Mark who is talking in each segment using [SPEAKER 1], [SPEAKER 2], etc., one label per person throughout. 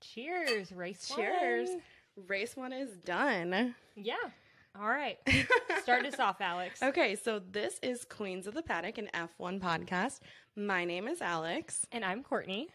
[SPEAKER 1] Cheers, race. one.
[SPEAKER 2] Cheers. Race one is done.
[SPEAKER 1] Yeah. All right. Start us off, Alex.
[SPEAKER 2] Okay, so this is Queens of the Paddock, an F1 podcast. My name is Alex,
[SPEAKER 1] And I'm Courtney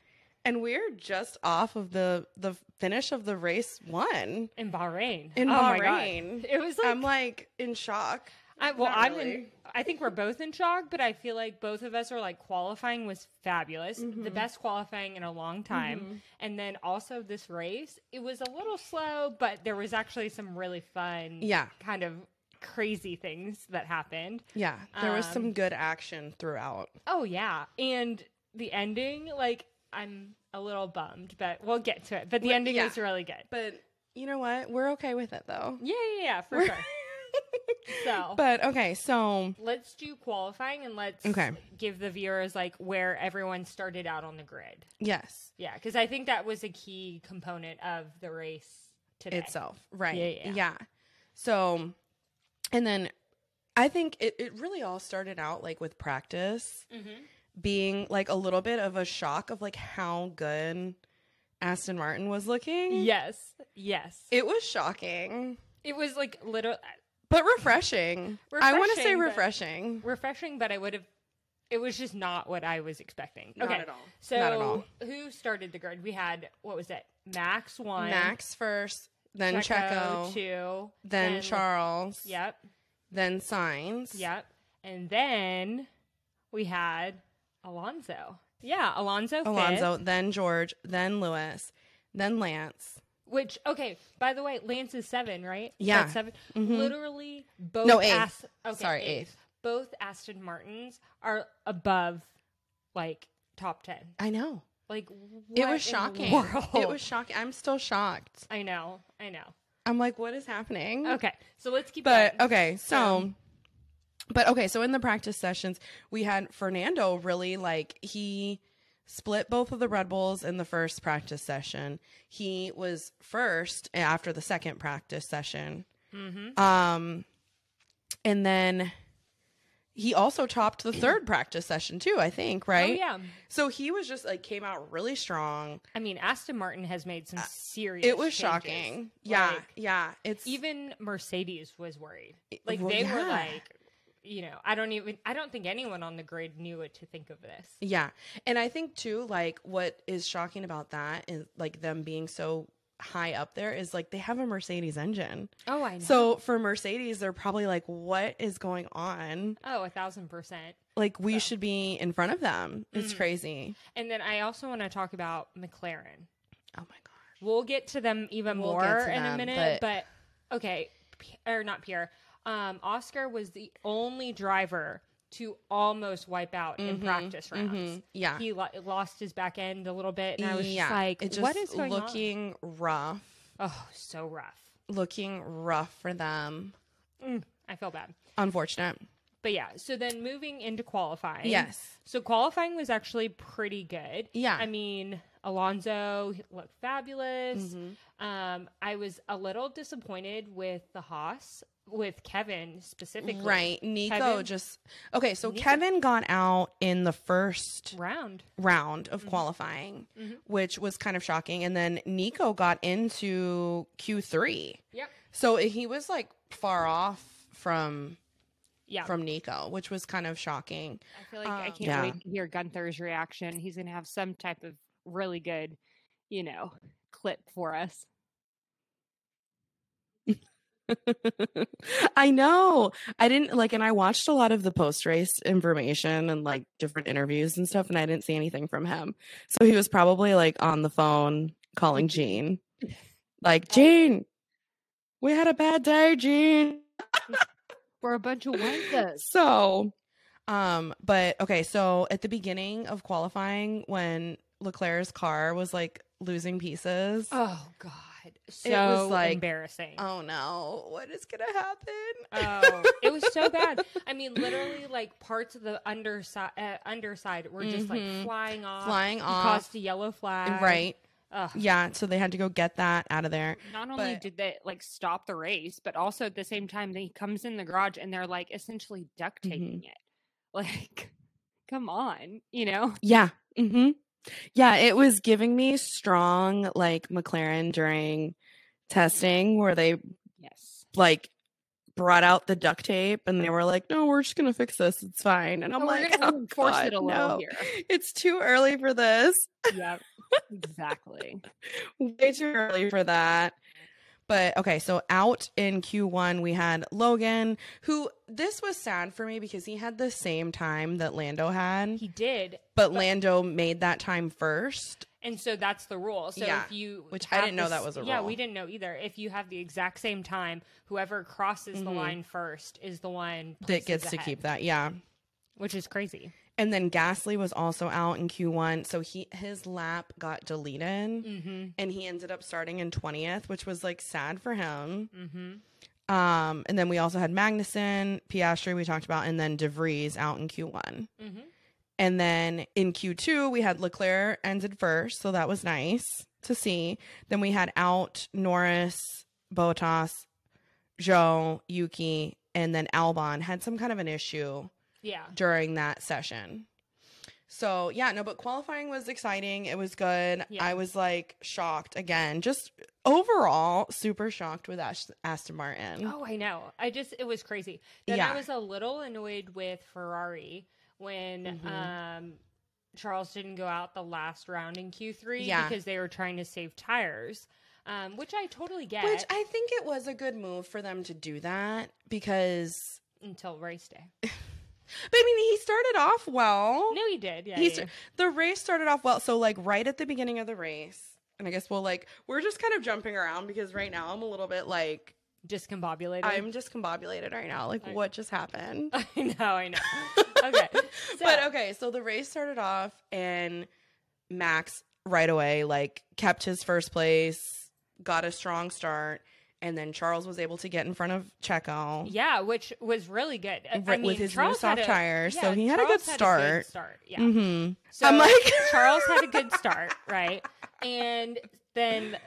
[SPEAKER 2] and we're just off of the the finish of the race one.
[SPEAKER 1] in Bahrain.
[SPEAKER 2] In
[SPEAKER 1] oh My
[SPEAKER 2] Bahrain. Um,
[SPEAKER 1] God. It was like,
[SPEAKER 2] I'm like in shock.
[SPEAKER 1] I, well,
[SPEAKER 2] not
[SPEAKER 1] I'm in,
[SPEAKER 2] really.
[SPEAKER 1] I think we're both in shock, but I feel like both of us are like qualifying was fabulous,
[SPEAKER 2] Mm-hmm.
[SPEAKER 1] the best qualifying in a long time. And then also this race, it was a little slow, but there was actually some really fun,
[SPEAKER 2] Yeah.
[SPEAKER 1] kind of crazy things that happened.
[SPEAKER 2] Yeah, there was
[SPEAKER 1] Um,
[SPEAKER 2] some good action throughout.
[SPEAKER 1] Oh yeah, and the ending, like I'm a little bummed, but we'll get to it. But the
[SPEAKER 2] Well,
[SPEAKER 1] ending
[SPEAKER 2] yeah.
[SPEAKER 1] is really good.
[SPEAKER 2] But you know what? We're okay with it though.
[SPEAKER 1] Yeah, yeah, yeah, for sure. So
[SPEAKER 2] But okay, so
[SPEAKER 1] let's do qualifying and let's
[SPEAKER 2] Okay.
[SPEAKER 1] give the viewers like where everyone started out on the grid.
[SPEAKER 2] yes,
[SPEAKER 1] Yeah, because I think that was a key component of the race today.
[SPEAKER 2] itself. Right.
[SPEAKER 1] Yeah, yeah.
[SPEAKER 2] So, and then I think it, it really all started out like with practice
[SPEAKER 1] Mhm.
[SPEAKER 2] being like a little bit of a shock of like how good Aston Martin was looking.
[SPEAKER 1] Yes, yes. It,
[SPEAKER 2] It was shocking,
[SPEAKER 1] was like little
[SPEAKER 2] but refreshing. I want to say
[SPEAKER 1] Refreshing, but-
[SPEAKER 2] refreshing.
[SPEAKER 1] refreshing, but I would have. It was just not what I was expecting.
[SPEAKER 2] Not
[SPEAKER 1] okay,
[SPEAKER 2] at all.
[SPEAKER 1] So
[SPEAKER 2] Not at all.
[SPEAKER 1] who started the grid? We had what was it? Max one,
[SPEAKER 2] Max first, then Checo,
[SPEAKER 1] two,
[SPEAKER 2] then Charles,
[SPEAKER 1] Yep,
[SPEAKER 2] then Signs.
[SPEAKER 1] yep. And then we had Alonso. Yeah, Alonso. fifth.
[SPEAKER 2] Alonso, then George, then Lewis, then Lance.
[SPEAKER 1] Which okay, by the way, Lance is seven, right?
[SPEAKER 2] Yeah.
[SPEAKER 1] That's
[SPEAKER 2] Mm-hmm.
[SPEAKER 1] 7 Literally both.
[SPEAKER 2] No, eighth.
[SPEAKER 1] Ast- okay,
[SPEAKER 2] Sorry, eighth.
[SPEAKER 1] Both Aston Martins are above, like top ten.
[SPEAKER 2] I know.
[SPEAKER 1] Like
[SPEAKER 2] It
[SPEAKER 1] what
[SPEAKER 2] was
[SPEAKER 1] in the
[SPEAKER 2] shocking.
[SPEAKER 1] world?
[SPEAKER 2] It was shocking. I'm still shocked.
[SPEAKER 1] I know. I know.
[SPEAKER 2] I'm like, what is happening?
[SPEAKER 1] Okay, so let's keep.
[SPEAKER 2] Hmm. But
[SPEAKER 1] going.
[SPEAKER 2] okay, so
[SPEAKER 1] Um,
[SPEAKER 2] but okay, so in the practice sessions, we had Fernando really like he split both of the Red Bulls in the first practice session. He was first after the second practice session.
[SPEAKER 1] Mm-hmm.
[SPEAKER 2] Um and then he also topped the third practice session too, I think,
[SPEAKER 1] Oh,
[SPEAKER 2] right?
[SPEAKER 1] yeah.
[SPEAKER 2] So he was just like came out really strong.
[SPEAKER 1] I mean, Aston Martin has made some serious.
[SPEAKER 2] Uh, It was
[SPEAKER 1] changes.
[SPEAKER 2] shocking. Yeah,
[SPEAKER 1] Like,
[SPEAKER 2] yeah. It's
[SPEAKER 1] even Mercedes was worried. Like
[SPEAKER 2] well,
[SPEAKER 1] they were
[SPEAKER 2] yeah.
[SPEAKER 1] like, you know, I don't even. I don't think anyone on the grid knew what to think of this.
[SPEAKER 2] Yeah. And I think too, like what is shocking about that is like them being so high up there is like they have a Mercedes engine.
[SPEAKER 1] Oh, I know.
[SPEAKER 2] So for Mercedes, they're probably like, what is going on?
[SPEAKER 1] oh, a thousand percent.
[SPEAKER 2] Like we should be in front of them. It's
[SPEAKER 1] Mm.
[SPEAKER 2] crazy.
[SPEAKER 1] And then I also want to talk about McLaren.
[SPEAKER 2] Oh my gosh.
[SPEAKER 1] We'll get to them even
[SPEAKER 2] We'll
[SPEAKER 1] more
[SPEAKER 2] get to
[SPEAKER 1] in a
[SPEAKER 2] them,
[SPEAKER 1] minute, but, okay, P- or not Pierre. Um, Oscar was the only driver to almost wipe out in practice rounds.
[SPEAKER 2] mhm. Mm-hmm, Yeah.
[SPEAKER 1] he lo- lost his back end a little bit, and I was
[SPEAKER 2] yeah.
[SPEAKER 1] just like,
[SPEAKER 2] it just
[SPEAKER 1] "What is going
[SPEAKER 2] looking rough.
[SPEAKER 1] on?" Oh, so rough.
[SPEAKER 2] Looking rough for them.
[SPEAKER 1] I feel bad.
[SPEAKER 2] Unfortunate.
[SPEAKER 1] But yeah, so then moving into qualifying.
[SPEAKER 2] Yes.
[SPEAKER 1] So qualifying was actually pretty good.
[SPEAKER 2] Yeah.
[SPEAKER 1] I mean, Alonso looked fabulous.
[SPEAKER 2] Mm-hmm.
[SPEAKER 1] Um, I was a little disappointed with the Haas, with Kevin specifically.
[SPEAKER 2] Right. Nico
[SPEAKER 1] Kevin-
[SPEAKER 2] just okay, so Kevin got out in the first
[SPEAKER 1] Round.
[SPEAKER 2] round of qualifying, which was kind of shocking. And then Nico got into Q3.
[SPEAKER 1] Yep.
[SPEAKER 2] So he was like far off from
[SPEAKER 1] Yeah.
[SPEAKER 2] from Nico, which was kind of shocking.
[SPEAKER 3] I feel like I
[SPEAKER 1] Um,
[SPEAKER 3] can't
[SPEAKER 2] yeah.
[SPEAKER 3] wait to hear Gunther's reaction. He's going to have some type of really good, you know, clip for us.
[SPEAKER 2] I know. I didn't like and I watched a lot of the post race information and like different interviews and stuff and I didn't see anything from him. So he was probably like on the phone calling Gene. Like, Gene, we had a bad day, Gene.
[SPEAKER 3] We're a bunch of Wednesdays.
[SPEAKER 2] So, um, but okay, so at the beginning of qualifying, when Leclerc's car was like losing pieces,
[SPEAKER 1] Oh God. So
[SPEAKER 2] It was, like,
[SPEAKER 1] embarrassing.
[SPEAKER 2] oh no, what is gonna happen?
[SPEAKER 1] Oh, it was so bad. I mean, literally, like parts of the underside uh, underside were just like
[SPEAKER 2] Mhm.
[SPEAKER 1] flying
[SPEAKER 3] Uh,
[SPEAKER 1] off,
[SPEAKER 2] Flying
[SPEAKER 1] He
[SPEAKER 2] off,
[SPEAKER 1] caused a yellow flag,
[SPEAKER 2] right?
[SPEAKER 1] Ugh.
[SPEAKER 2] Yeah, so they had to go get that out of there.
[SPEAKER 3] Not only
[SPEAKER 2] But-
[SPEAKER 3] did they like stop the race, but also at the same time, they he comes in the garage and they're like essentially
[SPEAKER 2] Mm-hmm.
[SPEAKER 3] duct taping it. Like, come on, you know?
[SPEAKER 2] Yeah, mm-hmm. Yeah, it was giving me strong like McLaren during testing where they
[SPEAKER 3] Yes.
[SPEAKER 2] like brought out the duct tape and they were like, "No, we're just gonna fix this. It's fine." And I'm
[SPEAKER 3] Oh, we're
[SPEAKER 2] like,
[SPEAKER 3] gonna
[SPEAKER 2] "Oh,
[SPEAKER 3] force
[SPEAKER 2] God,
[SPEAKER 3] it a little
[SPEAKER 2] no.
[SPEAKER 3] here.
[SPEAKER 2] It's too early for this.
[SPEAKER 3] Yep. Exactly.
[SPEAKER 2] Way too early for that." But okay, so out in Q1 we had Logan, who this was sad for me because he had the same time that Lando had,
[SPEAKER 1] He did.
[SPEAKER 2] but Lando made that time first.
[SPEAKER 1] And so that's the rule. So
[SPEAKER 2] Yeah,
[SPEAKER 1] if you
[SPEAKER 2] which I
[SPEAKER 1] have
[SPEAKER 2] didn't know that
[SPEAKER 1] s-
[SPEAKER 2] was a
[SPEAKER 1] Yeah,
[SPEAKER 2] rule.
[SPEAKER 1] we didn't know either. If you have the exact same time, whoever crosses the
[SPEAKER 2] Mhm.
[SPEAKER 1] line first is the one
[SPEAKER 2] That
[SPEAKER 1] places
[SPEAKER 2] gets to
[SPEAKER 1] Oh, ahead,
[SPEAKER 2] keep that, yeah.
[SPEAKER 1] which is crazy.
[SPEAKER 2] And then Gasly was also out in Q1, so he his lap got deleted,
[SPEAKER 1] Mhm.
[SPEAKER 2] and he ended up starting in twentieth, which was like sad for him.
[SPEAKER 1] Mhm.
[SPEAKER 2] Um, and then we also had Magnussen, Piastri, we talked about, and then De Vries out in Q1.
[SPEAKER 1] Mhm.
[SPEAKER 2] And then in Q2, we had Leclerc ended first, so that was nice to see. Then we had out Norris, Botas, Joe, Yuki, and then Albon had some kind of an issue
[SPEAKER 1] Yeah.
[SPEAKER 2] during that session. So, yeah, no, but qualifying was exciting. It was good.
[SPEAKER 1] Yeah.
[SPEAKER 2] I was like shocked again, just overall super shocked with Ash- Aston Martin.
[SPEAKER 1] Oh, I know. I just it was crazy. Then
[SPEAKER 2] Yeah.
[SPEAKER 1] I was a little annoyed with Ferrari when
[SPEAKER 2] Mhm.
[SPEAKER 1] um Charles didn't go out the last round in Q3
[SPEAKER 2] Yeah.
[SPEAKER 1] because they were trying to save tires. Um, which I totally get
[SPEAKER 2] Which I think it was a good move for them to do that because,
[SPEAKER 1] until race day.
[SPEAKER 2] but I mean, he started off well.
[SPEAKER 1] No, he did. Yeah,
[SPEAKER 2] He's-
[SPEAKER 1] yeah.
[SPEAKER 2] The race started off well. So, like, right at the beginning of the race, and I guess we'll like, we're just kind of jumping around because right now I'm a little bit like,
[SPEAKER 1] discombobulated.
[SPEAKER 2] I'm discombobulated right now. Like,
[SPEAKER 1] Okay.
[SPEAKER 2] what just happened?
[SPEAKER 1] I know, I know. Okay. So,
[SPEAKER 2] But okay, so the race started off and Max right away like kept his first place, got a strong start, and then Charles was able to get in front of Checo
[SPEAKER 1] yeah, which was really good. I- I
[SPEAKER 2] ri- with
[SPEAKER 1] mean,
[SPEAKER 2] his
[SPEAKER 1] Charles
[SPEAKER 2] new soft
[SPEAKER 1] had a-
[SPEAKER 2] tires, so
[SPEAKER 1] yeah,
[SPEAKER 2] he had a good
[SPEAKER 1] Charles
[SPEAKER 2] start.
[SPEAKER 1] start. Yeah.
[SPEAKER 2] Mhm.
[SPEAKER 1] So
[SPEAKER 2] I'm like-
[SPEAKER 1] Charles had a good start, right? And then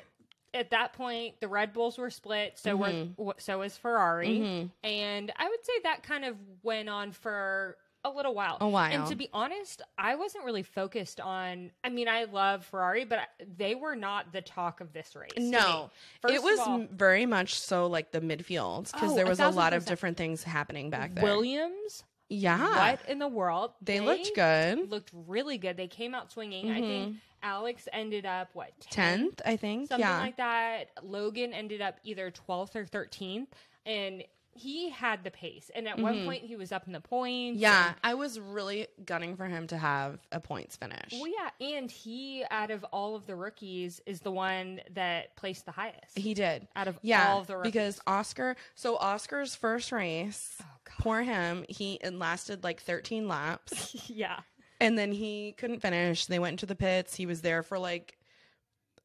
[SPEAKER 1] at that point, the Red Bulls were split. So
[SPEAKER 2] Mhm.
[SPEAKER 1] were, so was Ferrari,
[SPEAKER 2] Mhm.
[SPEAKER 1] and I would say that kind of went on for a little while.
[SPEAKER 2] A while.
[SPEAKER 1] And to be honest, I wasn't really focused on. I mean, I love Ferrari, but I- they were not the talk of this race. to me.
[SPEAKER 2] No,
[SPEAKER 1] First
[SPEAKER 2] it
[SPEAKER 1] of
[SPEAKER 2] was
[SPEAKER 1] all-
[SPEAKER 2] m very much so like the midfield because
[SPEAKER 1] Oh,
[SPEAKER 2] there
[SPEAKER 1] a
[SPEAKER 2] was a,
[SPEAKER 1] thousand
[SPEAKER 2] lot of
[SPEAKER 1] percent.
[SPEAKER 2] different things happening back there.
[SPEAKER 1] Williams.
[SPEAKER 2] yeah,
[SPEAKER 1] What in the world?
[SPEAKER 2] they, looked good. Mm-hmm.
[SPEAKER 1] Looked really good. They came out swinging. I think Alex ended up what 10th?
[SPEAKER 2] Tenth, I think.
[SPEAKER 1] something
[SPEAKER 2] yeah,
[SPEAKER 1] like that. Logan ended up either 12th or 13th, and he had the pace. And at one
[SPEAKER 2] Mhm.
[SPEAKER 1] point, he was up in the points.
[SPEAKER 2] yeah. I was really gunning for him to have a points finish.
[SPEAKER 1] And, well, yeah, and he, out of all of the rookies, is the one that placed the highest.
[SPEAKER 2] He did.
[SPEAKER 1] out of
[SPEAKER 2] Yeah,
[SPEAKER 1] all of the rookies.
[SPEAKER 2] because Oscar. So Oscar's first race,
[SPEAKER 1] Oh, God.
[SPEAKER 2] poor him. He it lasted like 13 laps,
[SPEAKER 1] yeah,
[SPEAKER 2] and then he couldn't finish. They went into the pits. He was there for like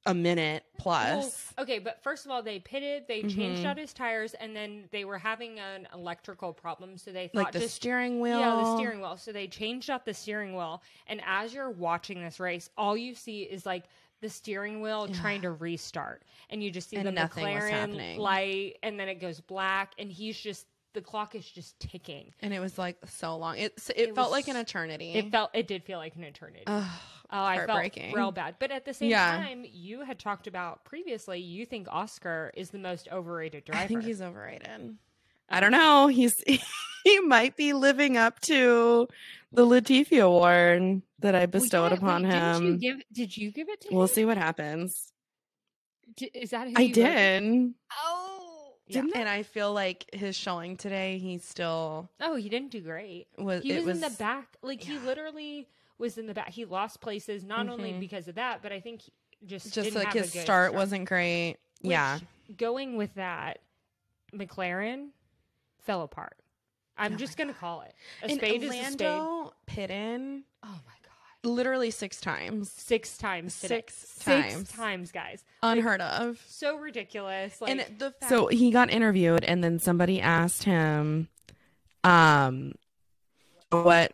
[SPEAKER 2] a minute plus.
[SPEAKER 1] Well, okay, but first of all, they pitted, they
[SPEAKER 2] Mhm.
[SPEAKER 1] changed out his tires, and then they were having an electrical problem, so they thought
[SPEAKER 2] like the
[SPEAKER 1] just
[SPEAKER 2] steering wheel.
[SPEAKER 1] Yeah, the steering wheel. So they changed out the steering wheel, and as you're watching this race, all you see is like the steering wheel trying to restart, and you just see
[SPEAKER 2] And
[SPEAKER 1] the
[SPEAKER 2] nothing was
[SPEAKER 1] McLaren
[SPEAKER 2] happening.
[SPEAKER 1] light, and then it goes black, and he's just the clock is just ticking.
[SPEAKER 2] And it was like so long. It s- it,
[SPEAKER 1] It was-
[SPEAKER 2] felt like an eternity.
[SPEAKER 1] It felt it did feel like an eternity.
[SPEAKER 2] Ugh,
[SPEAKER 1] oh, I felt
[SPEAKER 2] Eh. heartbreaking.
[SPEAKER 1] real bad. But at the same
[SPEAKER 2] Yeah.
[SPEAKER 1] time, you had talked about previously. You think Oscar is the most overrated driver.
[SPEAKER 2] I think he's overrated. I don't know. He's he might be living up to the Latifi Award that I
[SPEAKER 3] Well,
[SPEAKER 2] bestowed
[SPEAKER 3] yeah,
[SPEAKER 2] upon
[SPEAKER 3] wait,
[SPEAKER 2] him.
[SPEAKER 3] Didn't you give, did you give it to
[SPEAKER 2] we'll
[SPEAKER 3] him?
[SPEAKER 2] see what happens.
[SPEAKER 3] D- Is that who
[SPEAKER 2] I
[SPEAKER 3] you wrote it?
[SPEAKER 2] did.
[SPEAKER 3] Oh,
[SPEAKER 1] Yeah.
[SPEAKER 2] And I feel like his showing today, he still
[SPEAKER 1] Oh, he didn't do great.
[SPEAKER 2] was.
[SPEAKER 1] he
[SPEAKER 2] it
[SPEAKER 1] was,
[SPEAKER 2] was
[SPEAKER 1] in the back like he
[SPEAKER 2] yeah.
[SPEAKER 1] literally was in the back he lost places not only
[SPEAKER 2] Mhm.
[SPEAKER 1] because of that but i think he just
[SPEAKER 2] Just
[SPEAKER 1] didn't
[SPEAKER 2] like
[SPEAKER 1] have a
[SPEAKER 2] his
[SPEAKER 1] good
[SPEAKER 2] start, wasn't great.
[SPEAKER 1] Which,
[SPEAKER 2] yeah.
[SPEAKER 1] going with that mclaren fell apart i'm
[SPEAKER 2] Oh
[SPEAKER 1] just
[SPEAKER 2] my
[SPEAKER 1] gonna call it a
[SPEAKER 2] and
[SPEAKER 1] spade
[SPEAKER 2] Lando
[SPEAKER 1] is a spade oh
[SPEAKER 2] Pitton
[SPEAKER 1] my god
[SPEAKER 2] literally six times.
[SPEAKER 1] six times today.
[SPEAKER 2] Oh Six times.
[SPEAKER 1] six times guys
[SPEAKER 2] Unheard of.
[SPEAKER 1] so ridiculous like
[SPEAKER 2] and the so he got interviewed, and then somebody asked him, um, what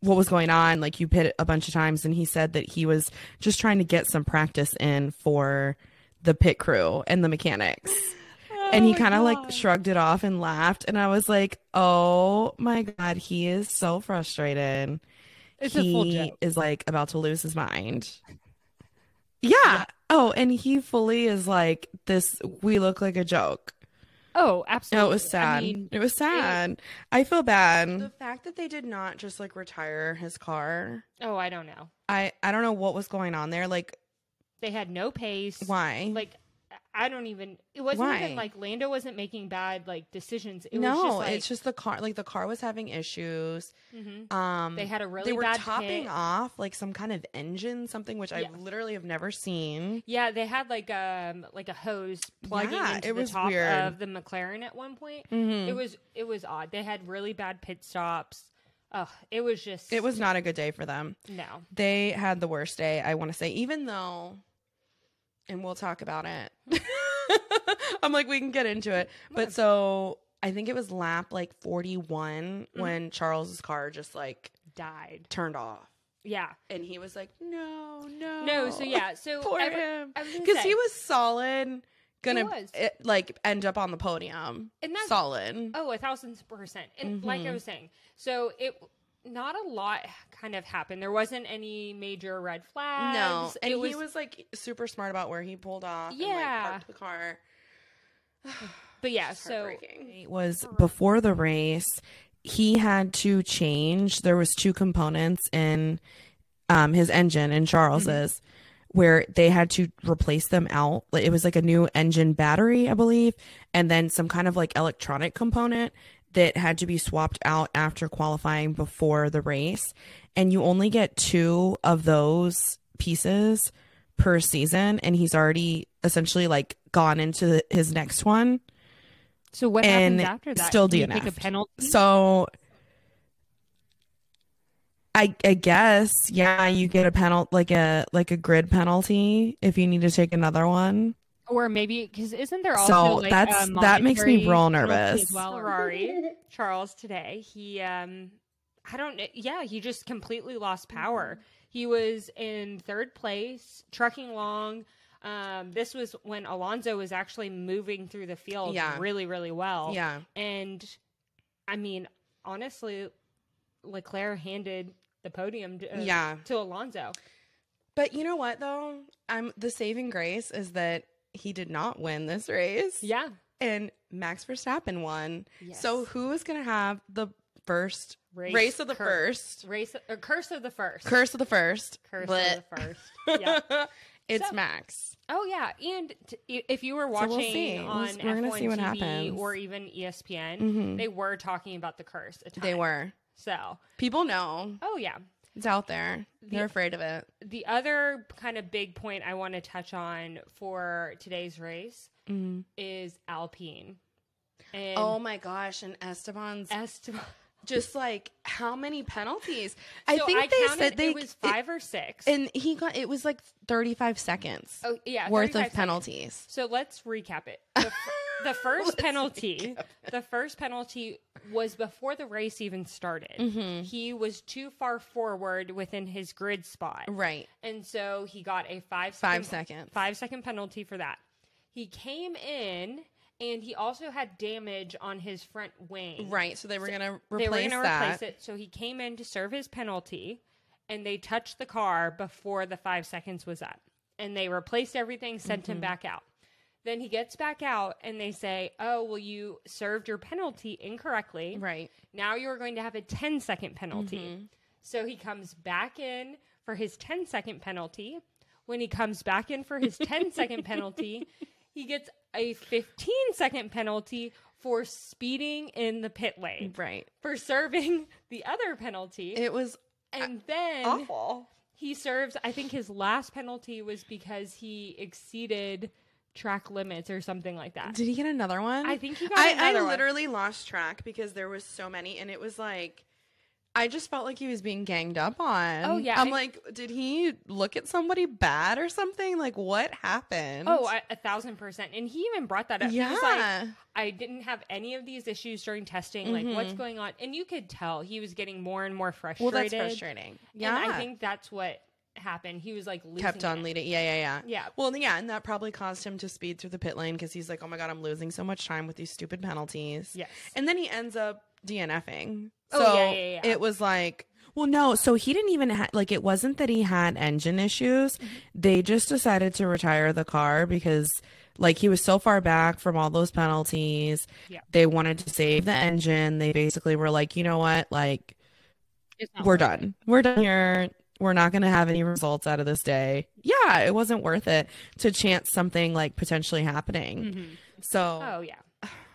[SPEAKER 2] what was going on? Like you pit a bunch of times, and he said that he was just trying to get some practice in for the pit crew and the mechanics.
[SPEAKER 1] oh
[SPEAKER 2] and he kind of like shrugged it off and laughed and i was like oh my god he is so frustrated
[SPEAKER 1] It's a full
[SPEAKER 2] he
[SPEAKER 1] joke.
[SPEAKER 2] is like about to lose his mind. Yeah. Oh, and he fully is like this. We look like a joke.
[SPEAKER 3] Oh,
[SPEAKER 2] No,
[SPEAKER 3] absolutely.
[SPEAKER 2] it was sad.
[SPEAKER 3] I mean,
[SPEAKER 2] it was sad. I feel bad.
[SPEAKER 4] The
[SPEAKER 2] fact that they did not just like retire his car.
[SPEAKER 1] Oh, I don't know.
[SPEAKER 2] I I don't know what was going on there. Like
[SPEAKER 1] They had no pace.
[SPEAKER 2] why?
[SPEAKER 1] Like I don't even. It wasn't
[SPEAKER 2] Why?
[SPEAKER 1] even like Lando wasn't making bad like decisions. It
[SPEAKER 2] no,
[SPEAKER 1] was just like
[SPEAKER 2] it's just the car. Like the car was having issues.
[SPEAKER 1] mhm.
[SPEAKER 2] Um,
[SPEAKER 1] they had a really
[SPEAKER 2] they were
[SPEAKER 1] bad
[SPEAKER 2] topping
[SPEAKER 1] pit.
[SPEAKER 2] off like some kind of engine, something which
[SPEAKER 1] Yeah.
[SPEAKER 2] I literally have never seen.
[SPEAKER 1] Yeah, they had like um like a hose plugging
[SPEAKER 2] Yeah,
[SPEAKER 1] into
[SPEAKER 2] it
[SPEAKER 1] the
[SPEAKER 2] was
[SPEAKER 1] top
[SPEAKER 2] weird.
[SPEAKER 1] of the McLaren at one point.
[SPEAKER 2] Mhm.
[SPEAKER 1] It was it was odd. They had really bad pit stops. Ugh, it was just
[SPEAKER 2] It was not a good day for them.
[SPEAKER 1] no.
[SPEAKER 2] They had the worst day. I want to say, even though, and we'll talk about it. I'm like, we can get into it. But so I think it was lap like 41
[SPEAKER 1] Mhm.
[SPEAKER 2] when Charles's car just like
[SPEAKER 1] died.
[SPEAKER 2] turned off,
[SPEAKER 1] Yeah.
[SPEAKER 2] and he was like, "No, no,
[SPEAKER 1] No, so yeah, so
[SPEAKER 2] Oh, poor
[SPEAKER 1] every-
[SPEAKER 2] him,"
[SPEAKER 1] I was gonna
[SPEAKER 2] because
[SPEAKER 1] say,
[SPEAKER 2] he was solid, gonna
[SPEAKER 1] was.
[SPEAKER 2] eh, like end up on the podium.
[SPEAKER 1] And that's-
[SPEAKER 2] solid.
[SPEAKER 1] Oh, a thousand percent. And like I
[SPEAKER 2] Mhm.
[SPEAKER 1] was saying, so it not a lot kind of happened. There wasn't any major red flags.
[SPEAKER 2] no, and
[SPEAKER 1] it
[SPEAKER 2] he
[SPEAKER 1] was,
[SPEAKER 2] was, like super smart about where he pulled off. and,
[SPEAKER 1] Yeah.
[SPEAKER 2] like, parked the car.
[SPEAKER 1] but yeah.
[SPEAKER 2] It's
[SPEAKER 1] So
[SPEAKER 2] heartbreaking. it was before the race. He had to change. There was two components in um, his engine and Charles's. Where they had to replace them out. Like, It was like a new engine battery, I believe, and then some kind of like electronic component that had to be swapped out after qualifying before the race. And you only get two of those pieces per season. And he's already essentially like gone into the- his next one.
[SPEAKER 3] so what
[SPEAKER 2] and
[SPEAKER 3] happens after that?
[SPEAKER 2] still
[SPEAKER 3] Do you take a
[SPEAKER 2] DNF'd.
[SPEAKER 3] penalty?
[SPEAKER 2] So I I guess yeah, you get a penalty like a like a grid penalty if you need to take another one.
[SPEAKER 3] or maybe because isn't there also
[SPEAKER 2] So
[SPEAKER 3] like,
[SPEAKER 2] that's-
[SPEAKER 3] a
[SPEAKER 2] that makes me
[SPEAKER 3] monetary
[SPEAKER 2] real
[SPEAKER 3] penalty as
[SPEAKER 2] nervous.
[SPEAKER 3] well, or-
[SPEAKER 1] Ferrari Charles today, he um I don't know. Yeah, he just completely lost power.
[SPEAKER 3] Mm-hmm.
[SPEAKER 1] He was in third place, trucking along. Um, this was when Alonso was actually moving through the field
[SPEAKER 2] Yeah.
[SPEAKER 1] really, really well.
[SPEAKER 2] Yeah.
[SPEAKER 1] And I mean, honestly, Leclerc handed the podium to,
[SPEAKER 2] Yeah.
[SPEAKER 1] to Alonso.
[SPEAKER 2] But you know what though? I'm the saving grace is that he did not win this race.
[SPEAKER 1] Yeah.
[SPEAKER 2] And Max Verstappen won.
[SPEAKER 1] Yes.
[SPEAKER 2] So who is gonna have the first race, of the
[SPEAKER 1] cur-
[SPEAKER 2] first?
[SPEAKER 1] Race or curse of the first.
[SPEAKER 2] Curse of the first.
[SPEAKER 1] Curse
[SPEAKER 2] Blech.
[SPEAKER 1] of the first. Yeah.
[SPEAKER 2] it's
[SPEAKER 1] So-
[SPEAKER 2] Max.
[SPEAKER 1] Oh yeah, and t- i- if you were
[SPEAKER 2] So
[SPEAKER 1] watching
[SPEAKER 2] we'll see. We'll
[SPEAKER 1] on
[SPEAKER 2] s- we're gonna
[SPEAKER 1] F1
[SPEAKER 2] see what
[SPEAKER 1] TV
[SPEAKER 2] happens.
[SPEAKER 1] or even E ESPN,
[SPEAKER 2] Mhm.
[SPEAKER 1] they were talking about the curse. A ton.
[SPEAKER 2] They were.
[SPEAKER 1] So,
[SPEAKER 2] People know.
[SPEAKER 1] oh yeah.
[SPEAKER 2] It's out there. They're
[SPEAKER 1] The-
[SPEAKER 2] afraid of it.
[SPEAKER 1] The other kind of big point I want to touch on for today's race is Alpine. And
[SPEAKER 2] Mm-hmm. Oh my gosh. And Esteban's
[SPEAKER 1] Esteban.
[SPEAKER 2] just like how many penalties? I
[SPEAKER 1] So
[SPEAKER 2] think they
[SPEAKER 1] counted,
[SPEAKER 2] said they
[SPEAKER 1] it was five or six.
[SPEAKER 2] and he got it was like 35 seconds
[SPEAKER 1] oh yeah,
[SPEAKER 2] worth
[SPEAKER 1] 35
[SPEAKER 2] of
[SPEAKER 1] seconds.
[SPEAKER 2] penalties.
[SPEAKER 1] So let's recap it. The, f- the first penalty, the first penalty was before the race even started.
[SPEAKER 2] Mm-hmm.
[SPEAKER 1] He was too far forward within his grid spot,
[SPEAKER 2] Right.
[SPEAKER 1] and so he got a five
[SPEAKER 2] Five
[SPEAKER 1] second-
[SPEAKER 2] seconds.
[SPEAKER 1] five second penalty for that. He came in, and he also had damage on his front wing.
[SPEAKER 2] Right. So they were gonna
[SPEAKER 1] they
[SPEAKER 2] replace
[SPEAKER 1] were going to
[SPEAKER 2] that.
[SPEAKER 1] replace it, so he came in to serve his penalty, and they touched the car before the five seconds was up, and they replaced everything, sent
[SPEAKER 2] Mm-hmm.
[SPEAKER 1] him back out. Then he gets back out, and they say, "Oh, well, you served your penalty incorrectly.
[SPEAKER 2] Right. Mm-hmm.
[SPEAKER 1] Now you're going to have a 10 second penalty." So he comes back in for his 10 second penalty. When he comes back in for his 10 second penalty, he gets a 15 second penalty for speeding in the pit lane
[SPEAKER 2] Right.
[SPEAKER 1] for serving the other penalty.
[SPEAKER 2] It was
[SPEAKER 1] and then
[SPEAKER 2] awful.
[SPEAKER 1] he serves, I think his last penalty was because he exceeded track limits or something like that.
[SPEAKER 2] Did he get another one?
[SPEAKER 1] I think he got
[SPEAKER 2] I,
[SPEAKER 1] another
[SPEAKER 2] I
[SPEAKER 1] one.
[SPEAKER 2] literally lost track because there was so many, and it was like, I just felt like he was being ganged up on.
[SPEAKER 1] Oh, yeah,
[SPEAKER 2] I'm
[SPEAKER 1] I-
[SPEAKER 2] like, did he look at somebody bad or something? Like, what happened?
[SPEAKER 1] Oh, I, a thousand percent. And he even brought that up. He was like,
[SPEAKER 2] yeah,
[SPEAKER 1] I didn't have any of these issues during testing. Like, what's going on? And you could tell he was getting more and more frustrated.
[SPEAKER 2] Mm-hmm. well, that's frustrating. Yeah,
[SPEAKER 1] And I think that's what happened. He was like losing
[SPEAKER 2] kept on
[SPEAKER 1] it.
[SPEAKER 2] leading. Yeah, yeah, yeah.
[SPEAKER 1] Yeah.
[SPEAKER 2] Well, yeah, and that probably caused him to speed through the pit lane because he's like, oh my god, I'm losing so much time with these stupid penalties.
[SPEAKER 1] Yes.
[SPEAKER 2] And then he ends up DNFing.
[SPEAKER 1] Oh,
[SPEAKER 2] so
[SPEAKER 1] yeah, yeah, yeah.
[SPEAKER 2] it was like, Well, no. So he didn't even ha- like it wasn't that he had engine issues. They just decided to retire the car because like he was so far back from all those penalties.
[SPEAKER 3] Yeah.
[SPEAKER 2] They wanted to save the engine. They basically were like, "You know what? Like
[SPEAKER 3] It's
[SPEAKER 1] Oh.
[SPEAKER 3] not
[SPEAKER 2] we're
[SPEAKER 3] worth it.
[SPEAKER 2] done. We're done here. We're not going to have any results out of this day." Yeah, it wasn't worth it to chance something like potentially happening.
[SPEAKER 3] Mhm.
[SPEAKER 2] So,
[SPEAKER 1] Oh yeah.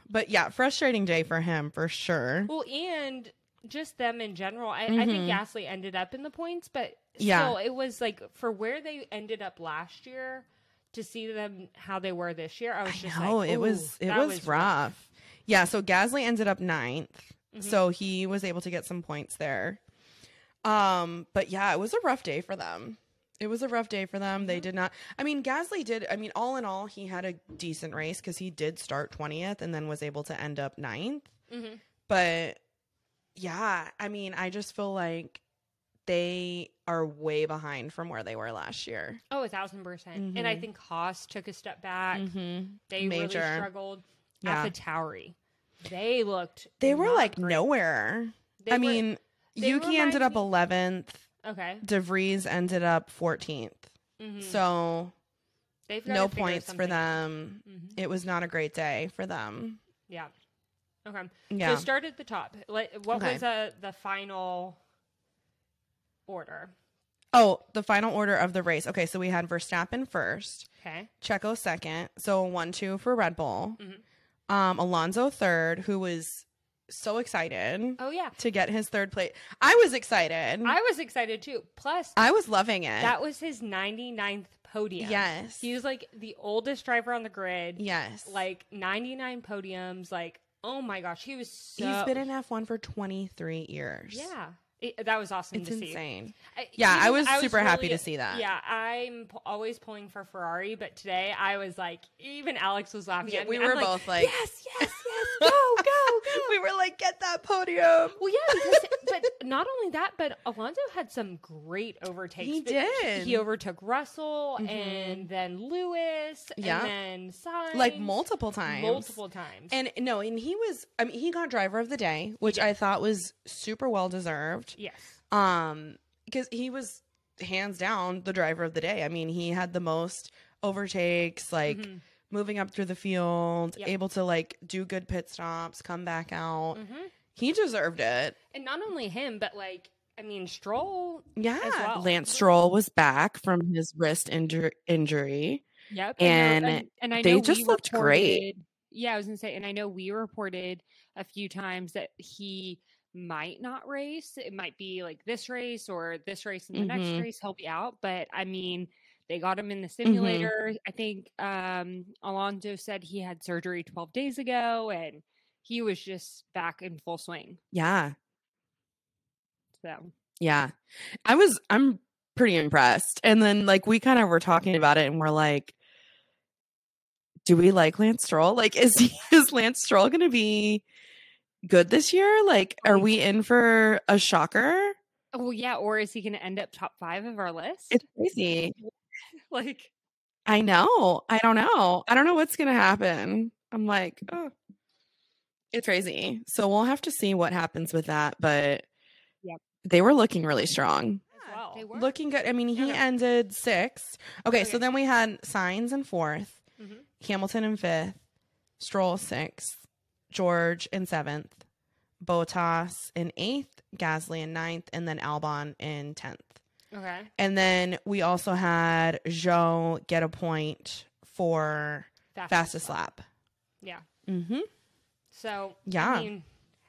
[SPEAKER 2] but yeah, frustrating day for him for sure.
[SPEAKER 1] Well, and just them in general. I, I think
[SPEAKER 2] Mhm.
[SPEAKER 1] Gasly ended up in the points, but
[SPEAKER 2] Yeah.
[SPEAKER 1] still, it was like for where they ended up last year to see them how they were this year. I was
[SPEAKER 2] I
[SPEAKER 1] just
[SPEAKER 2] know
[SPEAKER 1] like,
[SPEAKER 2] it
[SPEAKER 1] "Ooh,
[SPEAKER 2] was it
[SPEAKER 1] that
[SPEAKER 2] was, rough. Yeah, so Gasly ended up ninth,
[SPEAKER 1] Mhm.
[SPEAKER 2] so he was able to get some points there. Um, but yeah, it was a rough day for them. It was a rough day for them.
[SPEAKER 1] Mm-hmm.
[SPEAKER 2] They did not. I mean, Gasly did. I mean, all in all, he had a decent race because he did start twentieth and then was able to end up ninth.
[SPEAKER 1] Mhm.
[SPEAKER 2] But yeah, I mean, I just feel like they are way behind from where they were last year.
[SPEAKER 1] Oh, a thousand percent. And I
[SPEAKER 2] Mhm.
[SPEAKER 1] think Haas took a step back.
[SPEAKER 2] Mm-hmm.
[SPEAKER 1] They
[SPEAKER 2] Major.
[SPEAKER 1] really struggled.
[SPEAKER 2] Yeah,
[SPEAKER 1] AlphaTauri, they looked.
[SPEAKER 2] they were
[SPEAKER 1] not
[SPEAKER 2] like
[SPEAKER 1] great.
[SPEAKER 2] nowhere.
[SPEAKER 1] They
[SPEAKER 2] I
[SPEAKER 1] were-
[SPEAKER 2] mean,
[SPEAKER 1] they
[SPEAKER 2] Yuki ended
[SPEAKER 1] remind
[SPEAKER 2] up
[SPEAKER 1] me-
[SPEAKER 2] 11th.
[SPEAKER 1] okay.
[SPEAKER 2] DeVries ended up 14th.
[SPEAKER 1] Mhm.
[SPEAKER 2] So
[SPEAKER 1] They've gotta
[SPEAKER 2] no
[SPEAKER 1] figure
[SPEAKER 2] points for
[SPEAKER 1] something out.
[SPEAKER 2] them.
[SPEAKER 1] Mhm.
[SPEAKER 2] It was not a great day for them.
[SPEAKER 1] Yeah. Okay.
[SPEAKER 2] Yeah.
[SPEAKER 1] So start at the top. Let, what
[SPEAKER 2] Okay.
[SPEAKER 1] was uh, the final order?
[SPEAKER 2] oh, the final order of the race. Okay, so we had Verstappen first,
[SPEAKER 1] Okay.
[SPEAKER 2] Checo second. So 1 2 for Red Bull.
[SPEAKER 1] Mhm.
[SPEAKER 2] Um, Alonso third, who was so excited
[SPEAKER 1] Oh yeah,
[SPEAKER 2] to get his third place. I was excited. I,
[SPEAKER 1] I was excited too. Plus,
[SPEAKER 2] was loving it.
[SPEAKER 1] that was his 99th podium.
[SPEAKER 2] yes.
[SPEAKER 1] He was like the oldest driver on the grid.
[SPEAKER 2] yes.
[SPEAKER 1] Like 99 podiums. Like, oh my gosh, he was so.
[SPEAKER 2] he's been in F1 for 23 years.
[SPEAKER 1] Yeah. It- that was awesome
[SPEAKER 2] It's
[SPEAKER 1] to see.
[SPEAKER 2] insane.
[SPEAKER 1] I-
[SPEAKER 2] Yeah,
[SPEAKER 1] even-
[SPEAKER 2] I was super happy to see that.
[SPEAKER 1] Yeah, I'm p- always pulling for Ferrari, but today I was like, even Alex was laughing.
[SPEAKER 2] Yeah,
[SPEAKER 1] at
[SPEAKER 2] we
[SPEAKER 1] me. I'm
[SPEAKER 2] were both like-
[SPEAKER 1] yes, yes, yes, go, go, go.
[SPEAKER 2] we were like, get that podium.
[SPEAKER 1] Well, yeah, because but not only that, but Alonso had some great overtakes.
[SPEAKER 2] He
[SPEAKER 1] But he-
[SPEAKER 2] did.
[SPEAKER 1] He overtook Russell
[SPEAKER 2] Mhm.
[SPEAKER 1] and then Lewis
[SPEAKER 2] Yeah.
[SPEAKER 1] and then Sainz.
[SPEAKER 2] Like multiple times.
[SPEAKER 1] multiple times.
[SPEAKER 2] And no, and he was I mean, he got driver of the day, which I thought was super well deserved.
[SPEAKER 1] yes,
[SPEAKER 2] Um, because he was hands down the driver of the day. I mean, he had the most overtakes, like
[SPEAKER 1] Mhm.
[SPEAKER 2] moving up through the field,
[SPEAKER 1] Yep.
[SPEAKER 2] able to like do good pit stops, come back out.
[SPEAKER 1] Mhm.
[SPEAKER 2] He deserved it.
[SPEAKER 1] and not only him, but like I mean, Stroll.
[SPEAKER 2] Yeah.
[SPEAKER 1] well.
[SPEAKER 2] Lance Stroll was back from his wrist injur- injury.
[SPEAKER 3] Yep.
[SPEAKER 2] And
[SPEAKER 3] and I
[SPEAKER 2] they
[SPEAKER 3] know we
[SPEAKER 2] just looked great.
[SPEAKER 3] reported- Yeah, I was gonna say, and I know we reported a few times that he might not race. It might be like this race or this race and the
[SPEAKER 2] Mhm.
[SPEAKER 3] next race he'll be out. But I mean, they got him in the
[SPEAKER 2] Mm-hmm.
[SPEAKER 3] simulator. I think um Alonso said he had surgery twelve days ago and he was just back in full swing.
[SPEAKER 2] Yeah.
[SPEAKER 3] So
[SPEAKER 2] Yeah. I was I'm pretty impressed. And then like we kind of were talking about it and we're like do we like Lance Stroll? Like is he, is Lance Stroll going to be good this year? Like are we in for a shocker?
[SPEAKER 3] Oh, well yeah, or is he gonna end up top five of our list?
[SPEAKER 2] It's crazy.
[SPEAKER 3] like
[SPEAKER 2] I know. I don't know. I don't know what's going to happen. I'm like, oh. It's crazy. So we'll have to see what happens with that, but
[SPEAKER 3] Yep.
[SPEAKER 2] they were looking really strong.
[SPEAKER 1] as well.
[SPEAKER 3] they were.
[SPEAKER 2] Looking good. I mean, he
[SPEAKER 1] Yeah.
[SPEAKER 2] ended sixth. Okay, so
[SPEAKER 1] Okay.
[SPEAKER 2] then we had Signs in 4th
[SPEAKER 1] Mhm.
[SPEAKER 2] Hamilton in fifth, Stroll sixth, George in seventh, Botas in eighth, Gasly in ninth, and then Albon in tenth.
[SPEAKER 1] Okay.
[SPEAKER 2] And then we also had Joe get a point for fastest lap.
[SPEAKER 1] Yeah.
[SPEAKER 2] Mm-hmm.
[SPEAKER 1] So
[SPEAKER 2] Yeah.
[SPEAKER 1] I mean,